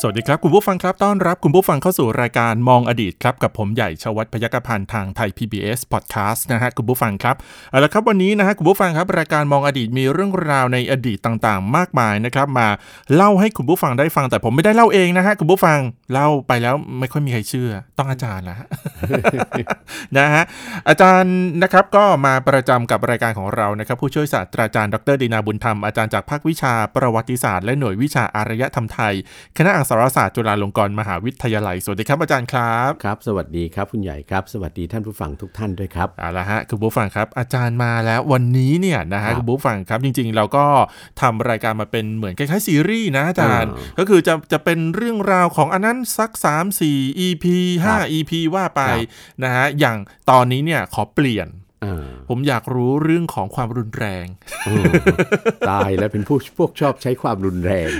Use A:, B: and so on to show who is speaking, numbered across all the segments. A: สวัสดีครับ คุณผู้ฟังครับต้อนรับคุณผู้ฟังเข้าสู่รายการมองอดีตครับ กับผมใหญ่ชวัฒน์พยกพันธ์ทางไทย PBS Podcast นะฮะคุณผู้ฟังครับเอาละครับวันนี้นะฮะคุณผู้ฟังครับรายการมองอดีตมีเรื่องราวในอดีตต่างๆ มากมายนะครับมาเล่าให้คุณผู้ฟังได้ฟังแต่ผมไม่ได้เล่าเองนะฮะคุณผู้ฟังเล่าไปแล้วไม่ค่อยมีใครเชื่อ ต้องอาจารย์ละฮะ นะฮะอาจารย์นะครับก็มาประจำกับรายการของเรานะครับผู้ช่วยศาสตราจารย์ดรดีนาบุญธรรมอาจารย์จากภาควิชาประวัติศาสตร์และหน่วยวิชาอารยธรรมไทย คณะอักษรศาสตร์จุฬาลงกรณ์มหาวิทยาลัย สวัสดีครับอาจารย์ครับ
B: ครับ สวัสดีครับคุณใหญ่ครับ สวัสดีท่านผู้ฟังทุกท่านด้วยครับ
A: เอาละฮะคุณผู้ฟังครับ อาจารย์มาแล้ววันนี้เนี่ยนะ
B: ครั
A: ฮะ
B: บ
A: คุณผู้ฟังครับจริงๆ เราก็ทำรายการมาเป็นเหมือนคล้ายๆซีรีส์นะอาจารย์
B: อ่า
A: ก็คือจะจะเป็นเรื่องราวของอันนั้นสัก 3 4 EP
B: ครับ
A: 5 EP ว่าไปนะฮะอย่างตอนนี้เนี่ยขอเปลี่ยน
B: อ่า
A: ผมอยากรู้เรื่องของความรุนแรง
B: อืมตายแล้วเป็นผู้ พวกชอบใช้ความรุนแรง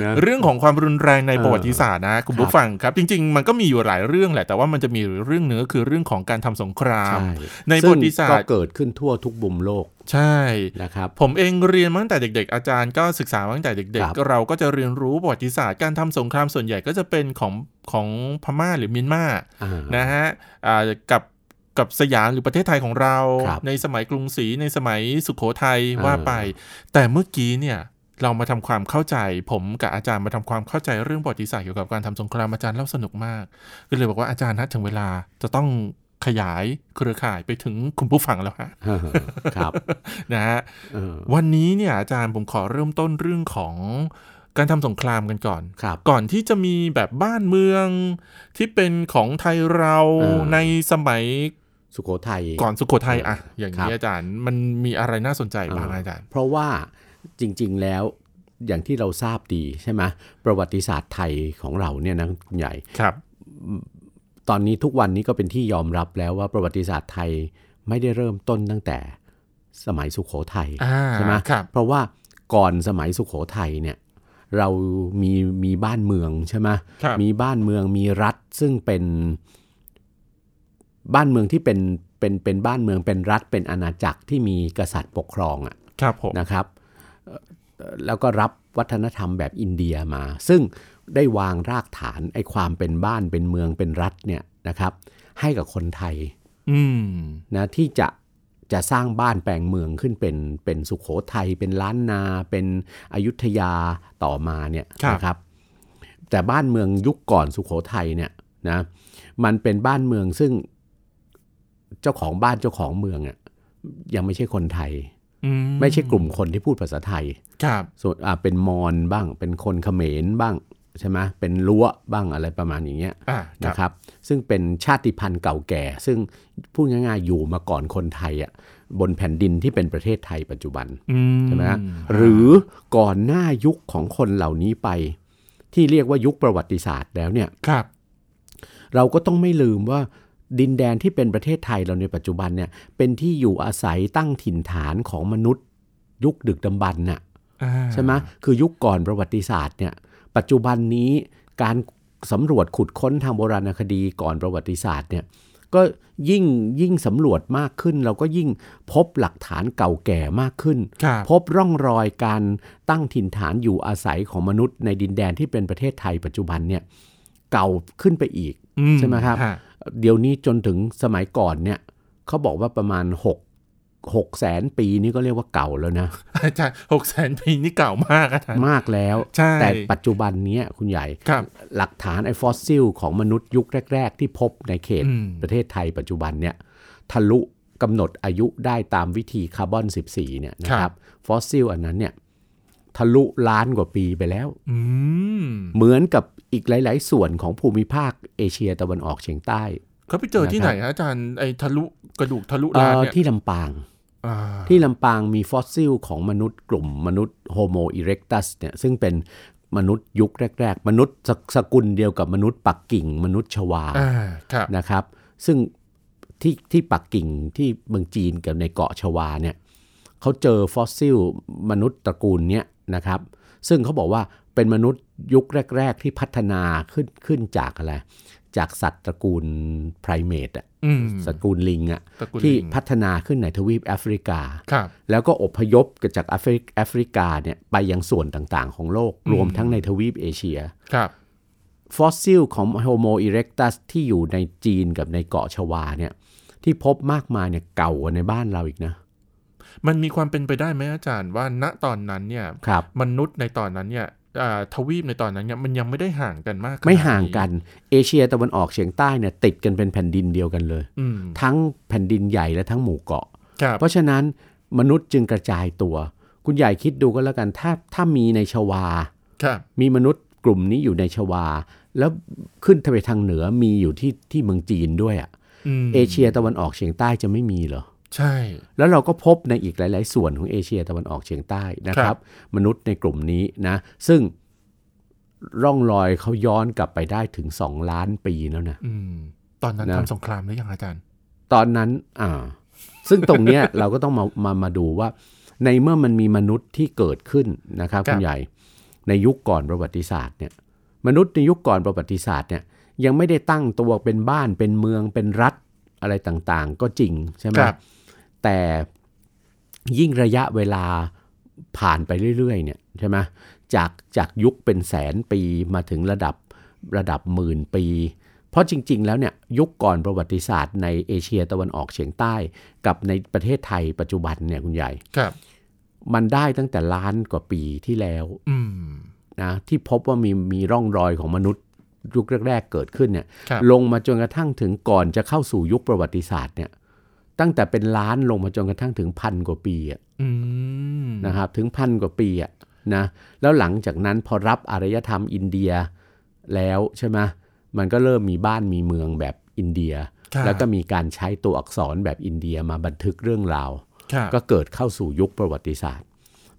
B: นะ
A: เรื่องของความรุนแรงใน
B: เออ
A: ประวัติศาสตร์นะคุณ
B: ครับ
A: ผู้ฟังครับ จริง ๆ มันก็มีอยู่หลายเรื่องแหละแต่ว่ามันจะมีเรื่องเนื้อคือเรื่องของการทำสงคราม
B: ใช่
A: ในประวัติศาสต
B: ก็
A: ร์
B: เกิดขึ้นทั่วทุกมุมโลก
A: ใช่
B: นะครับ
A: ผมเองเรียนมาตั้งแต่เด็ก ๆ อาจารย์ก็ศึกษามาตั้งแต่เด็ก
B: ครับ
A: ๆ เราก็จะเรียนรู้ประวัติศาสตร์การทำสงครามส่วนใหญ่ก็จะเป็นของของพม่าหรือเมียนมา
B: อ่า
A: นะฮะอ่ากับกับสยามหรือประเทศไทยของเรา
B: ครับ
A: ในสมัยกรุงศรีในสมัยสุขโขทัย
B: เออ
A: ว่าไป แต่เมื่อกี้เนี่ยเรามาทำความเข้าใจ ผมกับอาจารย์มาทำความเข้าใจเรื่องประวัติศาสตร์เกี่ยวกับการทำสงครามอาจารย์เล่าสนุกมาก ก็เลยบอกว่าอาจารย์นะถึงเวลาจะต้องขยายเครือข่ายไปถึงคุณผู้ฟังแล้วฮะ
B: ครับ
A: นะฮะ
B: เออ
A: วันนี้เนี่ยอาจารย์ผมขอเริ่มต้นเรื่องของการทำสงครามกันก่อน
B: ครับ
A: ก่อนที่จะมีแบบบ้านเมืองที่เป็นของไทยเรา
B: เออ
A: ในสมัย
B: สุโขทัย
A: ก่อนสุโขทัยอะอย่าง
B: ครั
A: นี้
B: บ
A: อาจารย์มันมีอะไรน่าสนใจบ้างอาจารย์
B: เพราะว่าจริงๆแล้วอย่างที่เราทราบดีใช่ไหมประวัติศาสตร์ไทยของเราเนี่ยนะคุณใหญ่
A: ครับ
B: ตอนนี้ทุกวันนี้ก็เป็นที่ยอมรับแล้วว่าประวัติศาสตร์ไทยไม่ได้เริ่มต้นตั้งแต่สมัยสุขโขทัย
A: อ่า
B: ใช่ไหม
A: ครับ
B: เพราะว่าก่อนสมัยสุขโขทัยเนี่ยเรามีมีบ้านเมืองใช่ไหม
A: ครับ
B: มีบ้านเมืองมีรัฐซึ่งเป็นบ้านเมืองที่เป็นเป็นเป็นบ้านเมืองเป็นรัฐเป็นอาณาจักรที่มีกษัตริย์ปกครองอ่ะ
A: ครับผม
B: นะครับเอ่อเอ่อแล้วก็รับวัฒนธรรมแบบอินเดียมา ซึ่งได้วางรากฐานไอ้ความเป็นบ้านเป็นเมืองเป็นรัฐเนี่ยนะครับให้กับคนไทย
A: อืม
B: นะที่จะจะสร้างบ้านแปลงเมืองขึ้นเป็นเป็นสุขโขทัยเป็นล้านนาเป็นอยุธยาต่อมาเนี่ย
A: ครับ
B: นะครับแต่บ้านเมืองยุคก่อนสุขโขทัยเนี่ยนะมันเป็นบ้านเมืองซึ่งเจ้าของบ้านเจ้าของเมืองอะ่ะยังไม่ใช่คนไทย
A: อืม
B: ไม่ใช่กลุ่มคนที่พูดภาษาไทย
A: ครับ
B: ส่วนอ่าเป็นมอญบ้าง เป็นคนเขมรบ้างใช่ไหมเป็นล้วบ้างอะไรประมาณอย่างเงี้ย
A: อ่า
B: นะค
A: ครับ
B: รับ ซึ่งเป็นชาติพันธุ์เก่าแก่ ซึ่งพูดง่ายๆอยู่มาก่อนคนไทยอ่ะบนแผ่นดินที่เป็นประเทศไทยปัจจุบัน
A: อืม
B: ใช่ไหมฮะหรือก่อนหน้ายุคของคนเหล่านี้ไป ที่เรียกว่ายุคประวัติศาสตร์แล้วเนี่ย
A: ครับ
B: เราก็ต้องไม่ลืมว่าดินแดนที่เป็นประเทศไทยเราในปัจจุบันเนี่ยเป็นที่อยู่อาศัยตั้งถิ่นฐานของมนุษย์ ยุคดึกดำบรรพ์น่ะ
A: อ่า
B: ใช่ไหมคือยุคก่อนประวัติศาสตร์เนี่ย ปัจจุบันนี้การสำรวจขุดค้นทางโบราณคดีก่อนประวัติศาสตร์เนี่ย ก็ยิ่งยิ่งสำรวจมากขึ้น เราก็ยิ่งพบหลักฐานเก่าแก่มากขึ้น
A: ครับ
B: พบร่องรอยการตั้งถิ่นฐานอยู่อาศัยของมนุษย์ในดินแดนที่เป็นประเทศไทยปัจจุบันเนี่ยเก่าขึ้นไปอีก
A: อื
B: ใช่ไหมครับ
A: ฮะ
B: เดี๋ยวนี้จนถึงสมัยก่อนเนี่ยเขาบอกว่าประมาณ6กแสนปีนี่ก็เรียกว่าเก่าแล้วนะ
A: อาจารย์หกแสนปีนี่เก่ามากอาจารย์
B: มากแล้ว
A: ใช่
B: แต่ปัจจุบันเนี้ยคุณใหญ่
A: ครับ
B: หลักฐานไอ้ฟอสซิลของมนุษย์ยุคแรก ๆ ที่พบในเขต
A: อืม
B: ประเทศไทยปัจจุบันเนี่ยทะลุกำหนดอายุได้ตามวิธีคาร์บอน 14เนี่ยนะครับฟอสซิลอันนั้นเนี่ยทะลุล้านกว่าปีไปแล้ว
A: อืม
B: เหมือนกับอีกหลาย ๆ ส่วนของภูมิภาคเอเชียตะวันออกเฉียงใต้
A: เขาไปเจอที่
B: นะ
A: ไหน
B: ครับ
A: ฮะอาจารย์ไอ้ทะลุกระดูกทะลุ
B: เอ่
A: ลาน
B: อ
A: เนี่ย
B: ที่ลำปาง
A: อ่า
B: ที่ลำปางมีฟอสซิลของมนุษย์กลุ่มมนุษย์โฮโมอิเร็กตัสเนี่ยซึ่งเป็นมนุษย์ยุคแรก ๆ มนุษย์สสกุลเดียวกับมนุษย์ปักกิ่ง มนุษย์ชวา
A: อ่าครับ
B: นะครับ ซึ่ง ที่ที่ปักกิ่งที่เมืองจีนกับในเกาะชวาเนี่ยเขาเจอฟอสซิลมนุษย์ตระกูลเนี้ยนะครับ ซึ่งเขาบอกว่าเป็นมนุษย์ยุคแรก ๆ ที่พัฒนาขึ้นขึ้นจากอะไร จากสัตว์ตระกูลไพรเมตอะ
A: อืม
B: สัตว์ตระกูลลิงอะ
A: ตระกูล
B: ที่
A: ลิง
B: พัฒนาขึ้นในทวีปแอฟริกา
A: ครับ
B: แล้วก็อพยพกันจากแอฟริกแอฟริกาเนี่ยไปยังส่วนต่างๆ ของโลก
A: อืม
B: รวมทั้งในทวีปเอเชีย
A: ครับ
B: ฟอสซิลของโฮโมอิเร็กตัสที่อยู่ในจีนกับในเกาะชวาเนี่ยที่พบมากมายเนี่ยเก่ากว่าในบ้านเราอีกนะ
A: มันมีความเป็นไปได้ไหมอาจารย์ว่าณตอนนั้นเนี่ย
B: ครับ
A: มนุษย์ในตอนนั้นเนี่ยอ่าทวีปในตอนนั้นเนี่ยมันยังไม่ได้ห่างกันมากขนด
B: ไม่ห่างกันเอเชียตะวันออกเฉียงใต้เนี่ยติดกันเป็นแผ่นดินเดียวกันเลย
A: อืม
B: ทั้งแผ่นดินใหญ่และทั้งหมู่เกาะ
A: ครับ
B: เพราะฉะนั้นมนุษย์จึงกระจายตัว คุณใหญ่คิดดูก็แล้วกันถ้าถ้ามีในชวา
A: ครับ
B: มีมนุษย์กลุ่มนี้อยู่ในชวา แล้วขึ้นไปทางเหนือมีอยู่ที่ที่เมืองจีนด้วยอะ
A: อืม
B: เอเชียตะวันออกเฉียงใต้จะไม่มีเหรอ
A: ใช่
B: แล้วเราก็พบในอีกหลาย ๆ ส่วนของเอเชียตะวันออกเฉียงใต้นะค
A: ครั
B: รับ บ มนุษย์ในกลุ่มนี้นะซึ่งร่องรอยเขาย้อนกลับไปได้ถึง 2 ล้านปีแล้วนะ
A: อืม ตอนนั้น
B: นะ
A: ทำสงครามหรือยังอาจารย์
B: ตอนนั้นอ่าซึ่งตรงเนี้ย เราก็ต้องมามามาดูว่า ในเมื่อมันมีมนุษย์ที่เกิดขึ้นนะครับ
A: ครับ
B: คุณใหญ่ในยุคก่อนประวัติศาสตร์เนี่ยมนุษย์ในยุคก่อนประวัติศาสตร์เนี่ยยังไม่ได้ตั้งตัวเป็นบ้านเป็นเมืองเป็นรัฐอะไรต่างๆ ก็จริงใช่ไหม
A: ครับ
B: แต่ยิ่งระยะเวลาผ่านไปเรื่อยๆเนี่ยใช่ไหมจากจากยุคเป็นแสนปีมาถึงระดับระดับหมื่นปี เพราะจริง ๆ แล้วเนี่ยยุคก่อนประวัติศาสตร์ในเอเชียตะวันออกเฉียงใต้ กับในประเทศไทยปัจจุบันเนี่ยคุณใหญ่
A: ครับ
B: มันได้ตั้งแต่ล้านกว่าปีที่แล้ว
A: อืม
B: นะที่พบว่ามีมีร่องรอยของมนุษย์ยุคแรก ๆ เกิดขึ้นเนี่ย
A: ครับ
B: ลงมาจนกระทั่งถึงก่อนจะเข้าสู่ยุคประวัติศาสตร์เนี่ยตั้งแต่เป็นล้านลงมาจนกระทั่งถึงพันกว่าปีอะ
A: อืม
B: นะครับถึงพันกว่าปีอะนะแล้วหลังจากนั้นพอรับอารยธรรมอินเดียแล้วใช่ไหมมันก็เริ่มมีบ้านมีเมืองแบบอินเดีย
A: ครับ
B: แล้วก็มีการใช้ตัวอักษรแบบอินเดียมาบันทึกเรื่องราว
A: ครับ
B: ก็เกิดเข้าสู่ยุคประวัติศาสตร์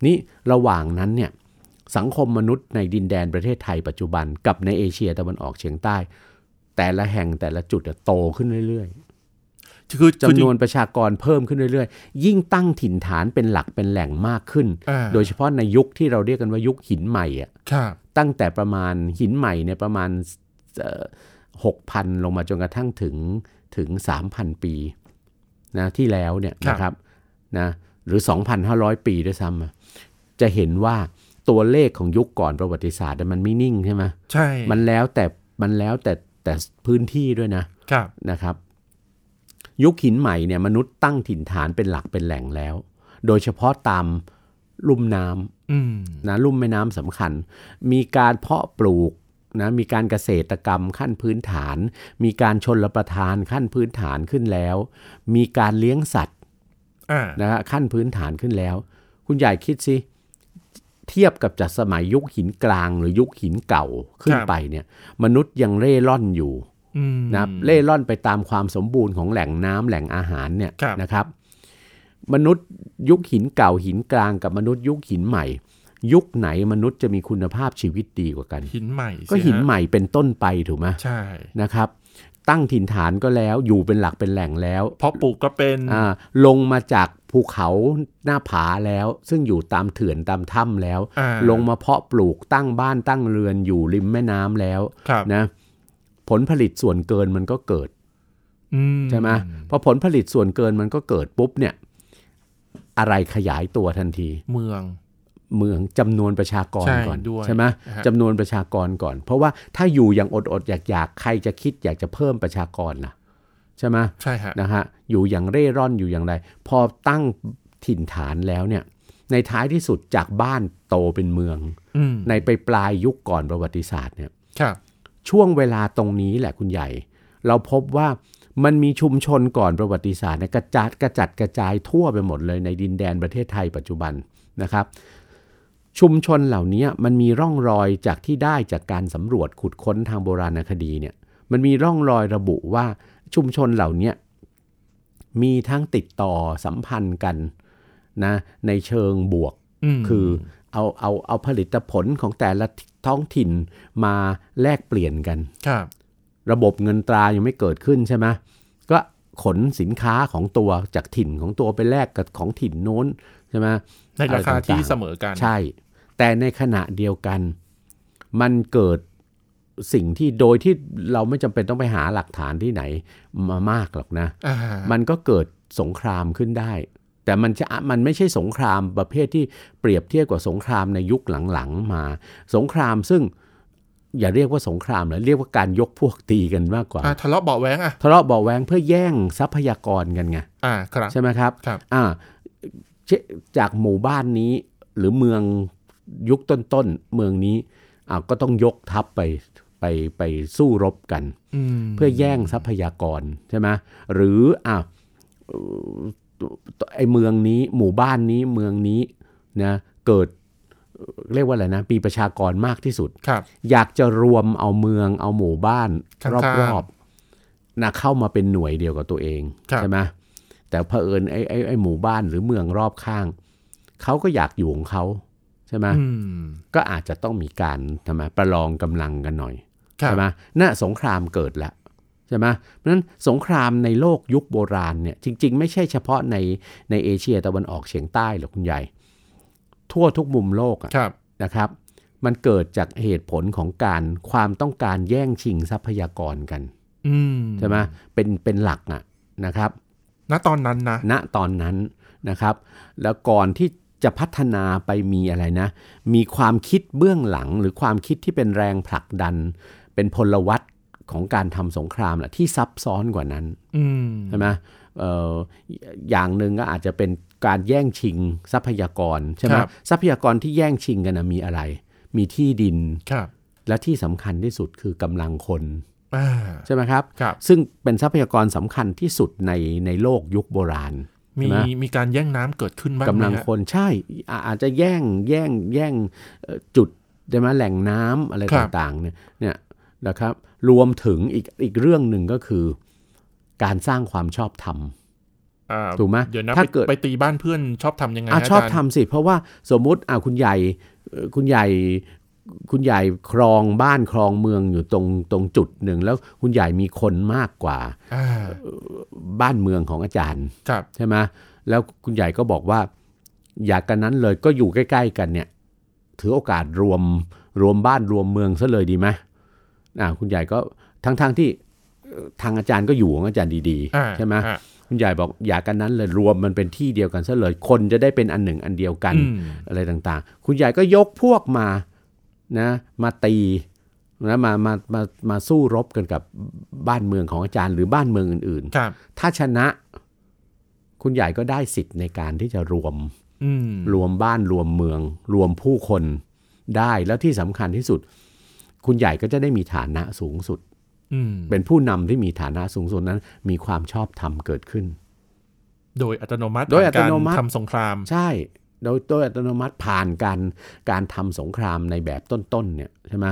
B: นี่ระหว่างนั้นเนี่ยสังคมมนุษย์ในดินแดนประเทศไทยปัจจุบันกับในเอเชียตะวันออกเฉียงใต้ แต่ละแห่งแต่ละจุดอะโตขึ้นเรื่อย
A: คือ
B: ๆ
A: คือ
B: จำนวนประชากรเพิ่มขึ้นเรื่อยๆ ยิ่งตั้งถิ่นฐานเป็นหลักเป็นแหล่งมากขึ้น
A: อ่า
B: โดยเฉพาะในยุคที่เราเรียกกันว่ายุคหินใหม่อะ
A: ครับ
B: ตั้งแต่ประมาณหินใหม่เนี่ยประมาณหกพันลงมาจนกระทั่งถึงถึง 3,000 ปีนะที่แล้วเนี่ย
A: ครับ
B: นะครับนะหรือ 2,500 ปีด้วยซ้ำอะจะเห็นว่าตัวเลขของยุคก่อนประวัติศาสตร์อะมันไม่นิ่งใช่ไหม
A: ใช่
B: มันแล้วแต่มันแล้วแต่แต่พื้นที่ด้วยนะครับ นะครับ ยุคหินใหม่เนี่ยมนุษย์ตั้งถิ่นฐานเป็นหลักเป็นแหล่งแล้ว โดยเฉพาะตามลุ่มน้
A: อืม
B: ำนะลุ่มแม่น้ำสำคัญ มีการเพาะปลูกนะมีการเกษตรกรรมขั้นพื้นฐาน มีการชนรประทานขั้นพื้นฐานขึ้นแล้ว มีการเลี้ยงสัตว์
A: อ่า
B: นะฮะขั้นพื้นฐานขึ้นแล้ว คุณใหญ่คิดสิเทียบกับจากสมัยยุคหินกลางหรือยุคหินเก่าขึ้น
A: ครับ
B: ไปเนี่ยมนุษย์ยังเร่ร่อนอยู่
A: อืม
B: นะครับเล่ร่อนไปตามความสมบูรณ์ของแหล่งน้ำแหล่งอาหารเนี่ย
A: ครับ
B: นะครับ มนุษย์ยุคหินเก่าหินกลางกับมนุษย์ยุคหินใหม่ ยุคไหนมนุษย์จะมีคุณภาพชีวิตดีกว่ากัน
A: หินใหม่
B: ก็
A: สิฮะ
B: หินใหม่เป็นต้นไปถูกไหม
A: ใช่
B: นะครับ ตั้งถิ่นฐานก็แล้วอยู่เป็นหลักเป็นแหล่งแล้ว
A: เพราะปลูกก็เป็น
B: อ่าลงมาจากภูเขาหน้าผาแล้ว ซึ่งอยู่ตามเถื่อนตามถ้ำแล้ว
A: อ่า
B: ลงมาเพาะปลูกตั้งบ้านตั้งเรือนอยู่ริมแม่น้ำแล้ว
A: ครับ
B: นะผลผลิตส่วนเกินมันก็เกิด
A: อื
B: ใช่ไหมพอผลผลิตส่วนเกินมันก็เกิดปุ๊บเนี่ยอะไรขยายตัวทันที
A: เมือง
B: เมืองจำนวนประชากร
A: ใช่
B: ก่อน
A: ด้วย
B: ใช่ไหม
A: นะฮะ
B: จำนวนประชากรก่อน เพราะว่าถ้าอยู่อย่างอดอดๆอยากๆใครจะคิดอยากจะเพิ่มประชากรล่ะใช่ไหม
A: ใช่ฮะ
B: นะฮะอยู่อย่างเร่ร่อนอยู่อย่างไร พอตั้งถิ่นฐานแล้วเนี่ยในท้ายที่สุดจากบ้านโตเป็นเมือง
A: อืม
B: ในไปปลายยุคก่อนประวัติศาสตร์เนี่ย
A: ครับ
B: ช่วงเวลาตรงนี้แหละคุณใหญ่ เราพบว่ามันมีชุมชนก่อนประวัติศาสตร์เนี่ยกระจัดกระจัดกระจายทั่วไปหมดเลยในดินแดนประเทศไทยปัจจุบันนะครับ ชุมชนเหล่านี้มันมีร่องรอยจากที่ได้จากการสำรวจขุดค้นทางโบราณคดีเนี่ยมันมีร่องรอยระบุว่าชุมชนเหล่านี้มีทั้งติดต่อสัมพันธ์กันนะในเชิงบวก
A: อืม
B: คือเอาเอาเอาผลิตผลของแต่ละท้องถิ่นมาแลกเปลี่ยนกัน
A: ครับ
B: ระบบเงินตรายังไม่เกิดขึ้นใช่ไหมก็ ขนสินค้าของตัวจากถิ่นของตัวไปแลกกับของถิ่นโน้นใช่ไหม
A: ในราคา
B: อะไต่
A: ที่
B: งๆ
A: เสมอกัน
B: ใช่ แต่ในขณะเดียวกัน มันเกิดสิ่งที่โดยที่เราไม่จำเป็นต้องไปหาหลักฐานที่ไหนมามากหรอกนะ
A: อ่า
B: มันก็เกิดสงครามขึ้นได้ แต่มันจะมันไม่ใช่สงครามประเภทที่เปรียบเทียบกับสงครามในยุคหลังๆมา สงครามซึ่งอย่าเรียกว่าสงครามเลยเรียกว่าการยกพวกตีกันมากกว่า
A: อ่าทะเลาะเบาะแว้งอ่ะ
B: ทะเลาะเบาะแวงเพื่อแย่งทรัพยากรกันไง
A: อ่าครับ
B: ใช่ไหมครับ
A: ครับ
B: อ่าเชจากหมู่บ้านนี้หรือเมืองยุคต้นๆเมืองนี้อ่าก็ต้องยกทัพไปไปไปสู้รบกัน
A: อืม
B: เพื่อแย่งทรัพยากรใช่ไหมหรืออ่าเอ่อไอเมืองนี้หมู่บ้านนี้เมืองนี้นะเกิดเอ่อเรียกว่าอะไรนะมีประชากรมากที่สุด
A: ครับ
B: อยากจะรวมเอาเมืองเอาหมู่บ้าน
A: ข้างๆ
B: รอบๆนะเข้ามาเป็นหน่วยเดียวกับตัวเอง
A: ครับ
B: ใช่ไหมแต่เผอิญไอ้ไอ้ไอ้หมู่บ้านหรือเมืองรอบข้างเขาก็อยากอยู่ของเขาใช่ไหม
A: อืม
B: ก็อาจจะต้องมีการทำไมประลองกำลังกันหน่อย
A: ครั
B: ใช่
A: บ
B: ไหมน่ะสงครามเกิดละใช่ไหมเพราะฉะนั้นสงครามในโลกยุคโบราณเนี่ยจริง ๆ ไม่ใช่เฉพาะในในเอเชียตะวันออกเฉียงใต้หรอกคุณใหญ่ ทั่วทุกมุมโลกอะ
A: ครับ
B: นะครับ มันเกิดจากเหตุผลของการความต้องการแย่งชิงทรัพยากรกัน
A: อืม
B: ใช่ไหมเป็นเป็นหลักอะนะครับ
A: ณตอนนั้นนะ
B: ณตอนนั้นนะครับ แล้วก่อนที่จะพัฒนาไปมีอะไรนะ มีความคิดเบื้องหลังหรือความคิดที่เป็นแรงผลักดัน เป็นพลวัตของการทำสงครามแหละที่ซับซ้อนกว่านั้น
A: อืม
B: ใช่ไหมเอ่ออย่างหนึ่งก็อาจจะเป็นการแย่งชิงทรัพยากรใช่ไหมทรัพยากรที่แย่งชิงกันนะมีอะไร มีที่ดิน
A: ครับ
B: และที่สำคัญที่สุดคือกำลังคน
A: อ่า
B: ใช่ไหมครับ
A: ครับ
B: ซึ่งเป็นทรัพยากรสำคัญที่สุดในในโลกยุคโบราณ
A: มี
B: ใช่ไหม
A: มีการแย่งน้ำเกิดขึ้นบ้าง
B: กำลัง
A: ไหมฮะ
B: คนใช่อ่าอาจจะแย่งแย่งแย่งเอ่อจุดใช่ไหมแหล่งน้ำอะไร
A: ครับ
B: ต่างๆเนี่ยเนี่ยนะครับรวมถึงอีกอีกเรื่องหนึ่งก็คือ การสร้างความชอบธรรม
A: อ่า
B: ถูกไหม
A: เดี๋ยวนะ
B: ถ้า
A: ถ้า
B: เกิ
A: เกิ
B: ด
A: ดไปตีบ้านเพื่อนชอบทำยังไง
B: อ่ะชอบ
A: ฮะาจารย์
B: ทำสิเพราะว่าสมมุติอ่ะคุณใหญ่เอ่อคุณใหญ่คุณใหญ่ครองบ้านครองเมืองอยู่ตรงตรงจุดหนึ่งแล้วคุณใหญ่มีคนมากกว่า
A: อ่า
B: บ้านเมืองของอาจารย์
A: ครับ
B: ใช่ไหมแล้วคุณใหญ่ก็บอกว่า อยากกันนั้นเลยก็อยู่ใกล้ ๆ กันเนี่ย ถือโอกาสรวมรวมบ้านรวมเมืองซะเลยดีไหมอ่าคุณใหญ่ก็ทั้งๆทที่เอ่อทางอาจารย์ก็อยู่ของอาจารย์ดี
A: อ่า
B: ๆใช่ไหม
A: อ่า
B: คุณใหญ่บอกอยากกันนั้นเลยรวมมันเป็นที่เดียวกันซะเลย คนจะได้เป็นอันหนึ่งอันเดียวกัน
A: อืม
B: อะไรต่างๆ คุณใหญ่ก็ยกพวกมา นะ มาตีนะมามา มา มาสู้รบกันกับบ้านเมืองของอาจารย์หรือบ้านเมืองอื่น
A: ครับ
B: ๆ ถ้าชนะ คุณใหญ่ก็ได้สิทธิ์ในการที่จะรวม
A: อืม
B: รวมบ้านรวมเมือง รวมผู้คนได้ แล้วที่สำคัญที่สุด คุณใหญ่ก็จะได้มีฐานะสูงสุด
A: อืม
B: เป็นผู้นำที่มีฐานะสูงสุดนั้น มีความชอบธรรมเกิดขึ้น
A: โดยอัตโนมัติ
B: โดยอัตโนมัติ
A: ผ่ากรทำสงคราม
B: ใช่ โดยโดยอัตโนมัติผ่านการการทำสงครามในแบบต้นๆเนี่ยใช่ไหม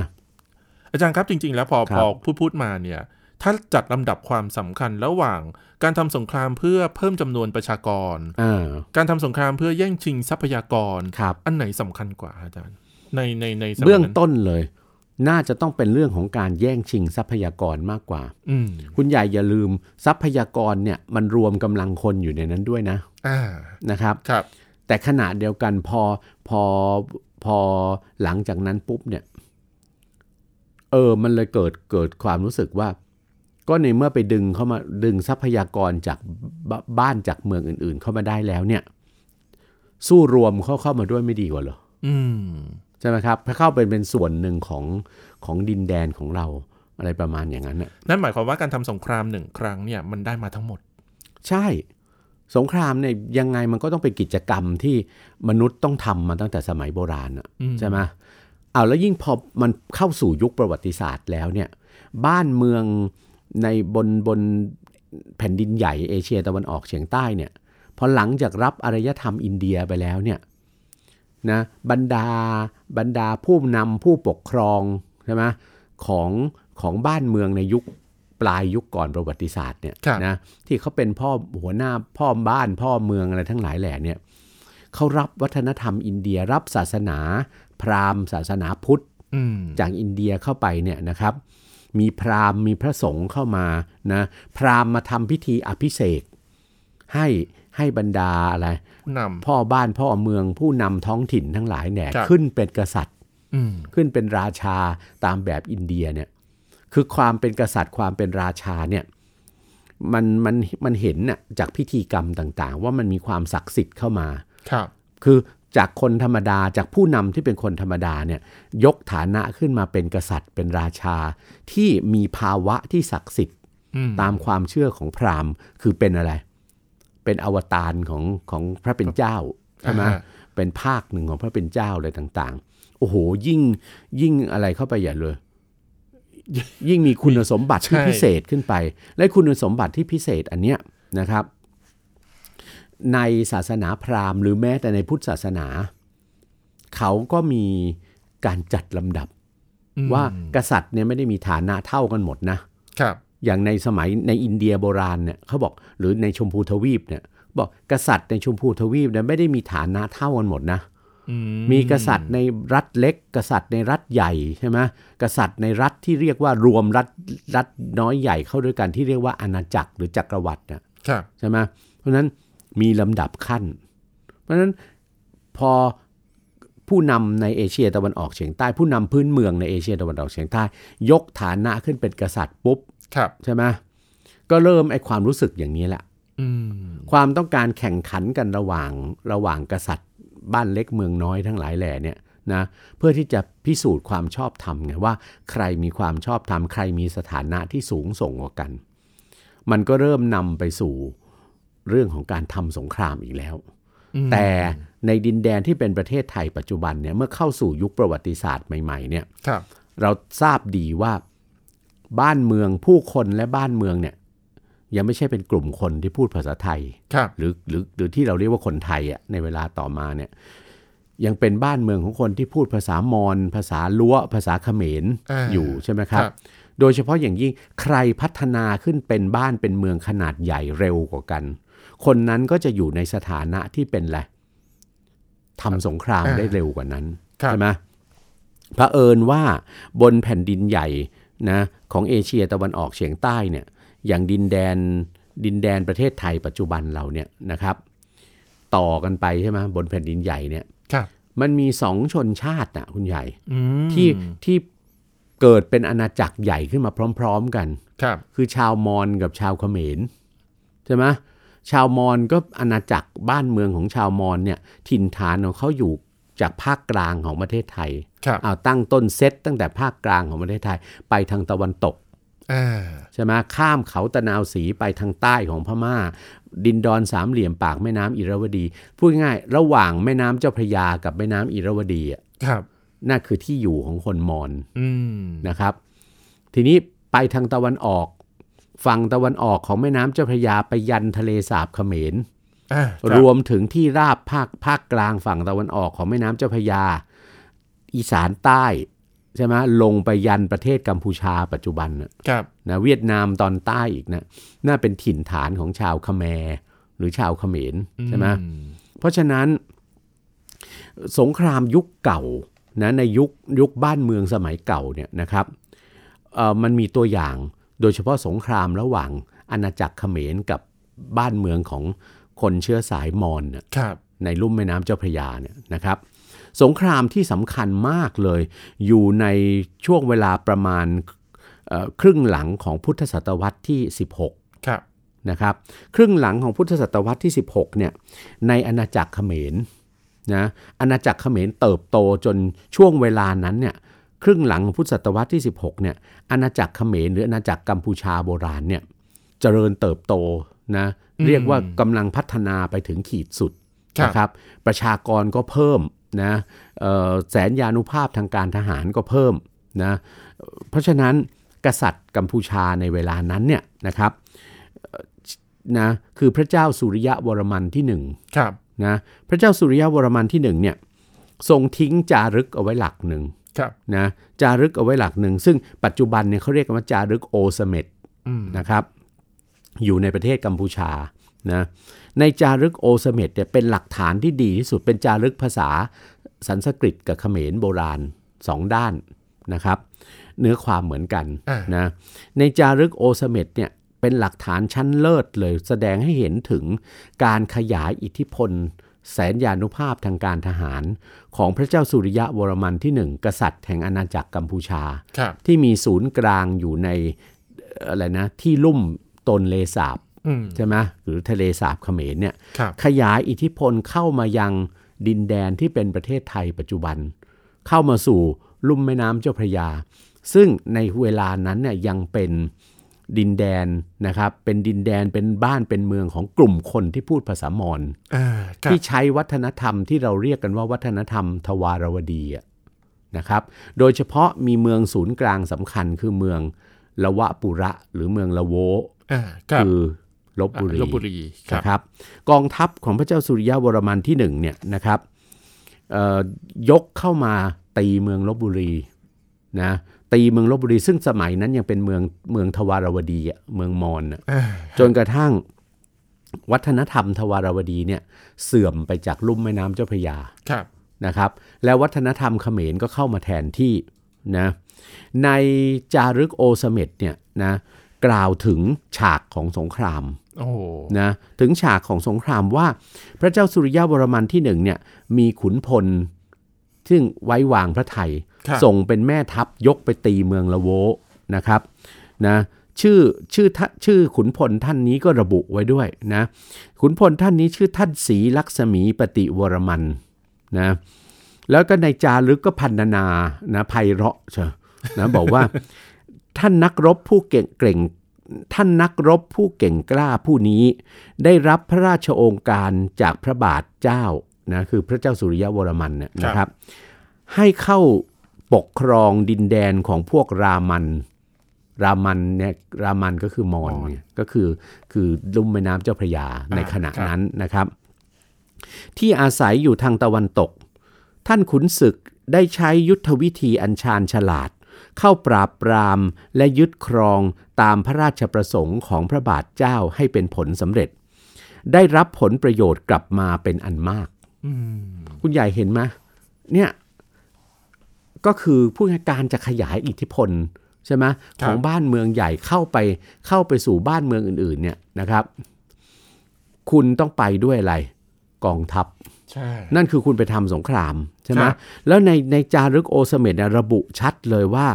A: อาจารย์ครับจริง ๆ แล้วพอ
B: ครั
A: พ
B: บ
A: อพูดพูดมาเนี่ย ถ้าจัดลำดับความสำคัญระหว่างการทำสงครามเพื่อเพิ่มจำนวนประชากร
B: อ่า
A: การทำสงครามเพื่อแย่งชิงทรัพยากร
B: ครับ
A: อันไหนสำคัญกว่าอาจารย์ ในในในสมัย
B: เบื้อง
A: นั้น
B: ต้นเลย น่าจะต้องเป็นเรื่องของการแย่งชิงทรัพยากรมากกว่า
A: อืม
B: คุณใหญ่อย่าลืมทรัพยากรเนี่ยมันรวมกำลังคนอยู่ในนั้นด้วยนะ
A: อ่า
B: นะครับ
A: ครับ
B: แต่ขณะเดียวกันพอพอพอหลังจากนั้นปุ๊บเนี่ยเออมันเลยเกิดเกิดความรู้สึกว่า ก็ในเมื่อไปดึงเข้ามาดึงทรัพยากรจากบบ้านจากเมืองอื่น ๆ เข้ามาได้แล้วเนี่ย สู้รวมเข้าเข้ามาด้วยไม่ดีกว่าเหรอ
A: อืม
B: ใช่ไหมครับถ้าเข้าเป็นเป็นส่วนหนึ่งของของดินแดนของเราอะไรประมาณอย่างนั้นน่ะ
A: นั่นหมายความว่าการทำสงครามหนึ่งครั้งเนี่ยมันได้มาทั้งหมด
B: ใช่ สงครามเนี่ยยังไงมันก็ต้องเป็นกิจกรรมที่มนุษย์ต้องทำมาตั้งแต่สมัยโบราณอะ
A: อืม
B: ใช่ไหมเอาแล้วยิ่งพอมันเข้าสู่ยุคประวัติศาสตร์แล้วเนี่ยบ้านเมืองในบนบนแผ่นดินใหญ่เอเชียตะวันออกเฉียงใต้เนี่ยพอหลังจากรับอารยธรรมอินเดียไปแล้วเนี่ยนะบรรดาบรรดาผู้นำผู้ปกครองใช่ไหมของของบ้านเมืองในยุคปลายยุคก่อนประวัติศาสตร์เนี่ย
A: ครับ
B: นะที่เขาเป็นพ่อหัวหน้าพ่อบ้านพ่อเมืองอะไรทั้งหลายแหล่เนี่ย เขารับวัฒนธรรมอินเดียรับศาสนา พราหมณ์ ศาสนาพุทธ
A: อืม
B: จากอินเดียเข้าไปเนี่ยนะครับ มีพราหมณ์มีพระสงฆ์เข้ามานะพราหมณ์มาทำพิธีอภิเษกให้ให้บรรดาอะไร
A: ผู้น
B: พ่อบ้านพ่อเมืองผู้นำท้องถิ่นทั้งหลายแหน่
A: ครับ
B: ขึ้นเป็นกษัตริย์
A: ำอืม
B: ขึ้นเป็นราชาตามแบบอินเดียเนี่ยคือความเป็นกษัตริย์ความเป็นราชาเนี่ยมันมันมันเห็นน่ะจากพิธีกรรมต่างๆ ว่ามันมีความศักดิ์สิทธิ์เข้ามา
A: ครับ
B: คือจากคนธรรมดาจากผู้นำที่เป็นคนธรรมดาเนี่ยยกฐานะขึ้นมาเป็นกษัตริย์เป็นราชา ที่มีภาวะที่ศักดิ์สิทธิ์
A: อืม
B: ตามความเชื่อของพราหมณ์คือเป็นอะไร เป็นอวตารของของพระเป็นเจ้าใช่ไหม
A: อ่าฮะ
B: เป็นภาคหนึ่งของพระเป็นเจ้าอะไรต่างๆ โอ้โห ยิ่งยิ่งอะไรเข้าไปใหญ่เลย ยิ่งมีคุณสมบัติที่
A: ใช่
B: พิเศษขึ้นไป และคุณสมบัติที่พิเศษอันเนี้ยนะครับ ในศาสนาพราหมณ์หรือแม้แต่ในพุทธศาสนา เขาก็มีการจัดลำดับ
A: อืม
B: ว่ากษัตริย์เนี่ยไม่ได้มีฐานะเท่ากันหมดนะ
A: ครับ
B: อย่างในสมัยในอินเดียโบราณเนี่ยเขาบอกหรือในชมพูทวีปเนี่ยบอกกษัตริย์ในชมพูทวีปเนี่ยไม่ได้มีฐานะเท่ากันหมดนะ
A: อื
B: มีกษัตริย์ในรัฐเล็ก กษัตริย์ในรัฐใหญ่ใช่ไหมกษัตริย์ในรัฐที่เรียกว่ารวมรัฐรัฐน้อยใหญ่เข้าด้วยกันที่เรียกว่าอาณาจักรหรือจักรวรรดิน่ะ
A: ครับ
B: ใช่ไหมเพราะฉะนั้นมีลำดับขั้น เพราะฉะนั้นพอผู้นำในเอเชียตะวันออกเฉียงใต้ ผู้นำพื้นเมืองในเอเชียตะวันออกเฉียงใต้ ยกฐานะขึ้นเป็นกษัตริย์ปุ๊บ
A: ครับ
B: ใช่ไหมก็เริ่มไอความรู้สึกอย่างนี้แหละ
A: อืม
B: ความต้องการแข่งขันกันระหว่างระหว่างกษัตริย์บ้านเล็กเมืองน้อยทั้งหลายแหล่เนี่ยนะเพื่อที่จะพิสูจน์ความชอบธรรมไงว่าใครมีความชอบธรรมใครมีสถานะที่สูงส่งกว่ากัน มันก็เริ่มนำไปสู่เรื่องของการทำสงครามอีกแล้ว
A: อืม
B: แต่ในดินแดนที่เป็นประเทศไทยปัจจุบันเนี่ยเมื่อเข้าสู่ยุคประวัติศาสตร์ใหม่ๆเนี่ย
A: ครับ
B: เราทราบดีว่าบ้านเมืองผู้คนและบ้านเมืองเนี่ยยังไม่ใช่เป็นกลุ่มคนที่พูดภาษาไทย
A: ครับ
B: หรือหรือหรือที่เราเรียกว่าคนไทยอะในเวลาต่อมาเนี่ยยังเป็นบ้านเมืองของคนที่พูดภาษามอญภาษาล้วภาษาเขมร
A: อ่า
B: อยู่ใช่ไหมครับ
A: ครับ
B: โดยเฉพาะอย่างยิ่งใครพัฒนาขึ้นเป็นบ้านเป็นเมืองขนาดใหญ่เร็วกว่ากัน คนนั้นก็จะอยู่ในสถานะที่เป็นแหละไรทำสงครามได้เร็วกว่านั้น
A: ครับ
B: ใช่ไหมเผอิญว่าบนแผ่นดินใหญ่นะของเอเชียตะวันออกเฉียงใต้เนี่ยอย่างดินแดนดินแดนประเทศไทยปัจจุบันเราเนี่ยนะครับ ต่อกันไปใช่ไหมบนแผ่นดินใหญ่เนี่ย
A: ครับ
B: มันมีสองชนชาตินะคุณใหญ่
A: อืม
B: ที่ที่เกิดเป็นอาณาจักรใหญ่ขึ้นมาพร้อม ๆ กัน
A: ครับ
B: คือชาวมอญกับชาวเขมรใช่ไหมชาวมอญก็อาณาจักรบ้านเมืองของชาวมอญเนี่ยถิ่นฐานของเขาอยู่จากภาคกลางของประเทศไทย
A: ครับ
B: เอาตั้งต้นเซตตั้งแต่ภาคกลางของประเทศไทยไปทางตะวันตก
A: อ่า
B: ใช่ไหมข้ามเขาตะนาวสีไปทางใต้ของพม่า ดินดอนสามเหลี่ยมปากแม่น้ำอิระวดีพูดง่ายๆระหว่างแม่น้ำเจ้าพระยากับแม่น้ำอิระวดีอะ
A: ครับ
B: นั่นคือที่อยู่ของคนมอญ
A: อืม
B: นะครับ ทีนี้ไปทางตะวันออก ฝั่งตะวันออกของแม่น้ำเจ้าพระยาไปยันทะเลสาบเขมร
A: อ่าคบ
B: รวมถึงที่ราบภาคภาคกลางฝั่งตะวันออกของแม่น้ำเจ้าพระยา อีสานใต้ใช่ไหมลงไปยันประเทศกัมพูชาปัจจุบันน่ะ
A: ครับ
B: นะเวียดนามตอนใต้อีกนะน่าเป็นถิ่นฐานของชาวคแมรหรือชาวเขมรใช่ไหม
A: อื
B: เพราะฉะนั้น สงครามยุคเก่านะในยุคยุคบ้านเมืองสมัยเก่าเนี่ยนะครับเอ่อมันมีตัวอย่างโดยเฉพาะสงครามระหว่างอาณาจักรเขมรกับบ้านเมืองของคนเชื้อสายมอญน่ะ
A: ครับ
B: ในลุ่มแม่น้ำเจ้าพระยาเนี่ยนะครับ สงครามที่สำคัญมากเลย อยู่ในช่วงเวลาประมาณเอ่อครึ่งหลังของพุทธศตวรรษที่ 16
A: ครับ
B: นะครับครึ่งหลังของพุทธศตวรรษที่ 16เนี่ยในอาณาจักรเขมรนะอาณาจักรเขมรเติบโตจนช่วงเวลานั้นเนี่ยครึ่งหลังของพุทธศตวรรษที่ 16เนี่ยอาณาจักรเขมรหรืออาณาจักรกัมพูชาโบราณเนี่ยเจริญเติบโตนะเรียกว่ากำลังพัฒนาไปถึงขีดสุด
A: ครับ
B: นะครับประชากรก็เพิ่มนะเอ่อแสนยานุภาพทางการทหารก็เพิ่มนะเพราะฉะนั้นกษัตริย์กัมพูชาในเวลานั้นเนี่ยนะครับเอ่อนะคือพระเจ้าสุริยะวรมันที่หนึ่ง
A: ครับ
B: นะพระเจ้าสุริยะวรมันที่หนึ่งเนี่ยทรงทิ้งจารึกเอาไว้หลักหนึ่ง
A: ครับ
B: นะจารึกเอาไว้หลักหนึ่ง ซึ่งปัจจุบันเนี่ยเขาเรียกกันว่าจารึกโอเสเมด
A: อืม
B: นะครับอยู่ในประเทศกัมพูชานะในจารึกโอเสเมดเนี่ยเป็นหลักฐานที่ดีที่สุดเป็นจารึกภาษาสันสกฤตกับเขมรโบราณสองด้านนะครับ เนื้อความเหมือนกัน
A: อ่าน
B: นะในจารึกโอสเมดเนี่ยเป็นหลักฐานชั้นเลิศเลย แสดงให้เห็นถึงการขยายอิทธิพล แสนยานุภาพทางการทหาร ของพระเจ้าสุริยะวรมันที่หนึ่งกษัตริย์แห่งอาณาจักรกัมพูชา
A: ครับ
B: ที่มีศูนย์กลางอยู่ในเอ่ออะไรนะที่ลุ่มตนเลสาบ
A: อืม
B: ใช่ไหมหรือทะเลสาบเขมรเนี่ย
A: ครับ
B: ขยายอิทธิพลเข้ามายังดินแดนที่เป็นประเทศไทยปัจจุบัน เข้ามาสู่ลุ่มแม่น้ำเจ้าพระยา ซึ่งในเวลานั้นเนี่ยยังเป็นดินแดนนะครับเป็นดินแดนเป็นบ้านเป็นเมืองของกลุ่มคนที่พูดภาษามอญ
A: อ่าครับ
B: ที่ใช้วัฒนธรรมที่เราเรียกกันว่าวัฒนธรรมทวารวดีอะนะครับโดยเฉพาะมีเมืองศูนย์กลางสำคัญคือเมืองละวะปุระหรือเมืองละโว
A: อ่าครับ
B: คือลบบุ
A: ลบบุรีครับ
B: นะครับกองทัพของพระเจ้าสุริยะวรมันที่หนึ่งเนี่ยนะครับเอ่อยกเข้ามาตีเมืองลบบุรีนะตีเมืองลบบุรี ซึ่งสมัยนั้นยังเป็นเมืองเมืองทวารวดีอะเมืองมอญอะ
A: อ่า
B: จนกระทั่งวัฒนธรรมทวารวดีเนี่ยเสื่อมไปจากลุ่มแม่น้ำเจ้าพระยา
A: ครับ
B: นะครับแล้ววัฒนธรรมเขมรก็เข้ามาแทนที่นะในจารึกโอสเมดเนี่ยนะกล่าวถึงฉากของสงคราม
A: โอ้โห
B: นะถึงฉากของสงครามว่าพระเจ้าสุริยะวรมันที่หนึ่งเนี่ยมีขุนพล ซึ่งไว้วางพระไทย
A: ครับ
B: ส่งเป็นแม่ทัพยกไปตีเมืองละโวนะครับนะชื่อชื่อท่าชื่อขุนพลท่านนี้ก็ระบุไว้ด้วยนะขุนพลท่านนี้ชื่อท่านศรีลักษมีปฏิวรมันนะแล้วก็ในจารึกก็พันนานะไพเราะเชยวนะบอกว่า ท่านนักรบผู้เก่งเก่ง ท่านนักรบผู้เก่งกล้าผู้นี้ ได้รับพระราชโองการจากพระบาทเจ้านะคือพระเจ้าสุริยะวรมันเนี่ยนะครับ ให้เข้าปกครองดินแดนของพวกรามัน รามันเนี่ยรามันก็คือมอญไงก็คือคือลุ่มแม่น้ำเจ้าพระยาในขณะนั้นนะครับ ที่อาศัยอยู่ทางตะวันตก ท่านขุนศึกได้ใช้ยุทธวิธีอันชาญฉลาด เข้าปราบปรามและยึดครองตามพระราชประสงค์ของพระบาทเจ้าให้เป็นผลสำเร็จ ได้รับผลประโยชน์กลับมาเป็นอันมาก
A: อืม
B: คุณใหญ่เห็นไหมเนี่ยก็คือผู้การจะขยายอิทธิพลใช่ไหมของบ้านเมืองใหญ่เข้าไปเข้าไปสู่บ้านเมืองอื่นๆเนี่ยนะครับ คุณต้องไปด้วยอะไรกองทัพ
A: ใช่
B: นั่นคือคุณไปทำสงครามใช่ไหม
A: ครับ
B: แล้วในในจารึกโอสเมดเนี่ยระบุชัดเลยว่า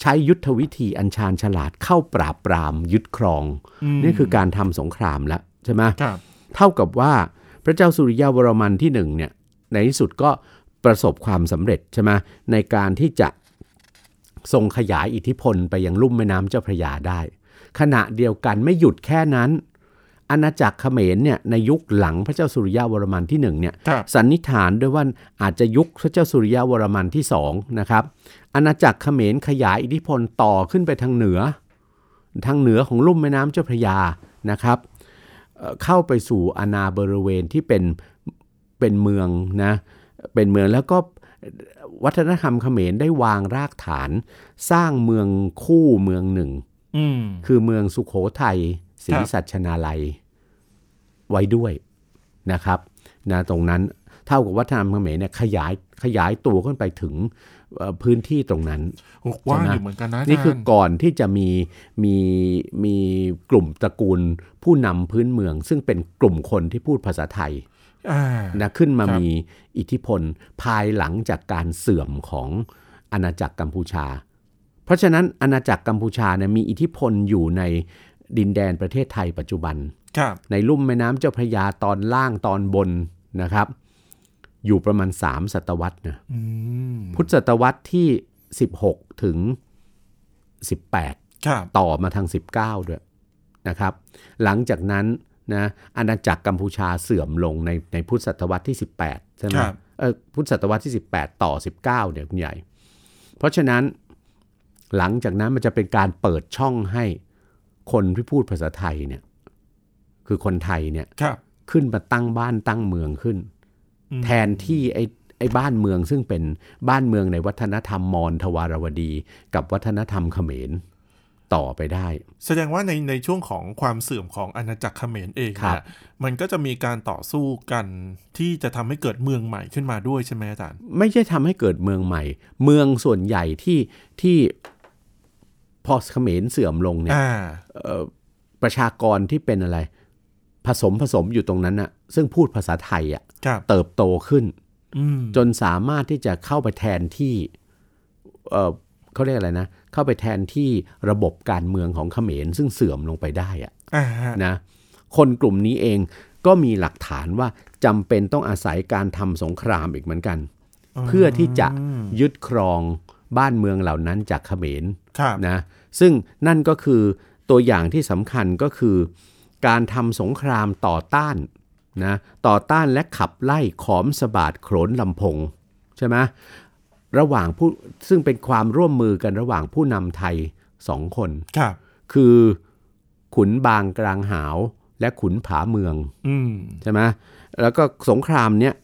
B: ใช้ยุทธวิธีอันชาญฉลาดเข้าปราบปรามยึดครอง
A: ม
B: นี่คือการทำสงครามแล้วใช่ไหม
A: ครับ
B: เท่ากับว่าพระเจ้าสุริยะวรมันที่หนึ่งเนี่ยในที่สุดก็ประสบความสำเร็จใช่ไหมในการที่จะทรงขยายอิทธิพลไปยังลุ่มแม่น้ำเจ้าพระยาได้ ขณะเดียวกันไม่หยุดแค่นั้น อาณาจักรเขมรเนี่ยในยุคหลังพระเจ้าสุริยะวรมันที่หนึ่งเนี่ย
A: ครับ
B: สันนิษฐานด้วยว่าอาจจะยุคพระเจ้าสุริยะวรมันที่สองนะครับอาณาจักรเขมรขยายอิทธิพลต่อขึ้นไปทางเหนือ ทางเหนือของลุ่มแม่น้ำเจ้าพระยานะครับ เอ่อเข้าไปสู่อาณาบริเวณที่เป็นเป็นเมืองนะเป็นเมืองแล้วก็วัฒนธรรมเขมรได้วางรากฐาน สร้างเมืองคู่เมืองหนึ่ง
A: อืม
B: คือเมืองสุโขทัยศรี
A: ครับ
B: สัชนาลัยไว้ด้วยนะครับนะตรงนั้นเท่ากับวัฒนธรรมเขมรเนี่ยขยายขยายตัวขึ้นไปถึงเอ่อพื้นที่ตรงนั้น
A: โอ้กว้างอยู่เหมือนกันนะาจารย์
B: นี่คือก่อนที่จะมีมีมีกลุ่มตระกูลผู้นำพื้นเมือง ซึ่งเป็นกลุ่มคนที่พูดภาษาไทย
A: อ่า
B: นะขึ้นมา
A: ครับ
B: มีอิทธิพลภายหลังจากการเสื่อมของอาณาจักรกัมพูชา เพราะฉะนั้นอาณาจักรกัมพูชาเนี่ยมีอิทธิพลอยู่ในดินแดนประเทศไทยปัจจุบัน
A: ครับ
B: ในลุ่มแม่น้ำเจ้าพระยาตอนล่างตอนบนนะครับ อยู่ประมาณ 3 ศตวรรษนะ
A: อืม
B: พุทธศตวรรษที่ 16 ถึง 18
A: ครับ
B: ต่อมาทาง 19 ด้วยนะครับ หลังจากนั้นนะอาณาจักรกัมพูชาเสื่อมลงในในพุทธศตวรรษที่ 18 ใช่ไหม
A: ครับ
B: เออพุทธศตวรรษที่ 18 ต่อ 19 เนี่ยคุณใหญ่ เพราะฉะนั้นหลังจากนั้นมันจะเป็นการเปิดช่องให้คนที่พูดภาษาไทยเนี่ยคือคนไทยเนี่ย
A: ครับ
B: ขึ้นมาตั้งบ้านตั้งเมืองขึ้น
A: อืม
B: แทนที่ไอ้ไอ้บ้านเมืองซึ่งเป็นบ้านเมืองในวัฒนธรรมมอญทวารวดี กับวัฒนธรรมเขมรต่อไปได้
A: แสดงว่าในในช่วงของความเสื่อมของอาณาจักรเขมรเอง
B: ครั
A: เนี่ย
B: บ
A: มันก็จะมีการต่อสู้กันที่จะทำให้เกิดเมืองใหม่ขึ้นมาด้วยใช่ไหมอาจารย์
B: ไม่ใช่ทำให้เกิดเมืองใหม่ เมืองส่วนใหญ่ที่ที่ พอเขมรเสื่อมลงเนี่ย
A: อ่า
B: เอ่อประชากรที่เป็นอะไร ผสมผสมอยู่ตรงนั้นน่ะซึ่งพูดภาษาไทยอ่ะ
A: ครับ
B: เติบโตขึ้น
A: อืม
B: จนสามารถที่จะเข้าไปแทนที่เอ่อเขาเรียกอะไรนะ เข้าไปแทนที่ระบบการเมืองของเขมรซึ่งเสื่อมลงไปได้อะ
A: อ่าฮะ
B: นะคนกลุ่มนี้เองก็มีหลักฐานว่าจำเป็นต้องอาศัยการทำสงครามอีกเหมือนกัน เพื่อที่จะยึดครองบ้านเมืองเหล่านั้นจากเขมร
A: ครับ
B: นะซึ่งนั่นก็คือตัวอย่างที่สำคัญก็คือ การทำสงครามต่อต้านนะต่อต้านและขับไล่ขอมสบาดโขนลำพงใช่ไหมระหว่างผู้ซึ่งเป็นความร่วมมือกันระหว่างผู้นำไทยสองคน
A: ครับ
B: คือขุนบางกลางหาวและขุนผาเมือง
A: อืม
B: ใช่ไหมแล้วก็สงครามเนี้ย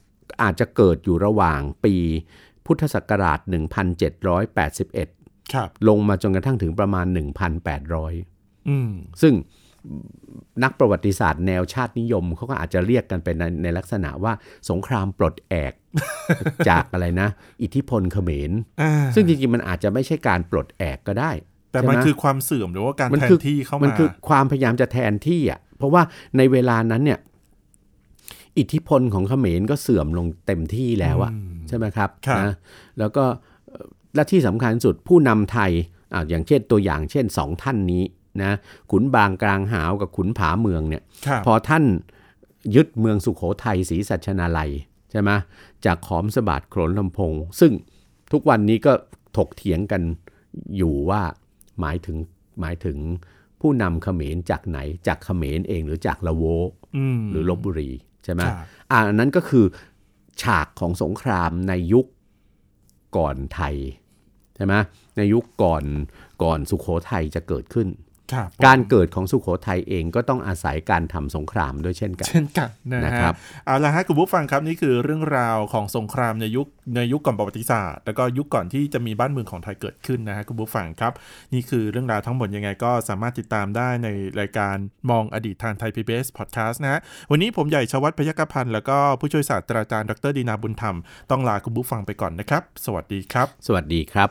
B: อาจจะเกิดอยู่ระหว่างปีพุทธศักราช
A: ค
B: 1781
A: รับ
B: ลงมาจนกระทั่งถึงประมาณ 1,800
A: อืม
B: ซึ่งนักประวัติศาสตร์แนวชาตินิยมเขาก็อาจจะเรียกกันไปในในลักษณะว่าสงครามปลดแอก จากอะไรนะ อิทธิพลเขมร
A: อ่า
B: ซึ่งจริงๆ มันอาจจะไม่ใช่การปลดแอกก็ได้
A: แต่
B: ใช่ไห
A: มันคือความเสื่อมหรือว่าการ
B: มัน
A: แทน
B: คือ
A: ที่เข้า
B: มัน
A: มา
B: คือความพยายามจะแทนที่อ่ะ เพราะว่าในเวลานั้นเนี่ย อิทธิพลของเขมรก็เสื่อมลงเต็มที่แล้วอ่ะ ใช่ไหมครับ
A: ครับ
B: นะแล้วก็เอ่อและที่สำคัญสุดผู้นำไทยอ่ะอย่างเช่นตัวอย่างเช่นสองท่านนี้นะขุนบางกลางหาวกับขุนผาเมืองเนี่ย
A: ครับ
B: พอท่านยึดเมืองสุขโขทัยศรีสัชนาลัยใช่ไหมจากขอมสบาดโขนลำพง ซึ่งทุกวันนี้ก็ถกเถียงกันอยู่ว่าหมายถึงหมายถึงผู้นำเขมรจากไหนจากเขมรเองหรือจากละโว
A: อืม
B: หรือลบบุรีใช่ไหม
A: ครับ
B: อ่าอันนั้นก็คือฉากของสงครามในยุคก่อนไทยใช่ไหมในยุคก่อนก่อนสุโขทัยจะเกิดขึ้น
A: ครับ
B: การเกิดของสุโขทัยเองก็ต้องอาศัยการทำสงครามด้วยเช่นกัน
A: เช่นกันนะ
B: นะ
A: ฮะ
B: ครับ
A: เอาละฮะคุณผู้ฟังครับนี่คือเรื่องราวของสงครามในยุคในยุคก่อนประวัติศาสตร์ แล้วก็ยุคก่อนที่จะมีบ้านเมืองของไทยเกิดขึ้นนะฮะคุณผู้ฟังครับ นี่คือเรื่องราวทั้งหมดยังไงก็สามารถติดตามได้ในรายการมองอดีตทางไทย PBS Podcast นะฮะวันนี้ผมใหญ่ชวัฒน์พยกพันธ์แล้วก็ผู้ช่วยศาสตราจารย์ดรดีนาบุญธรรมต้องลาคุณผู้ฟังไปก่อนนะครับ สวัสดีครับ
B: สวัสดีครับ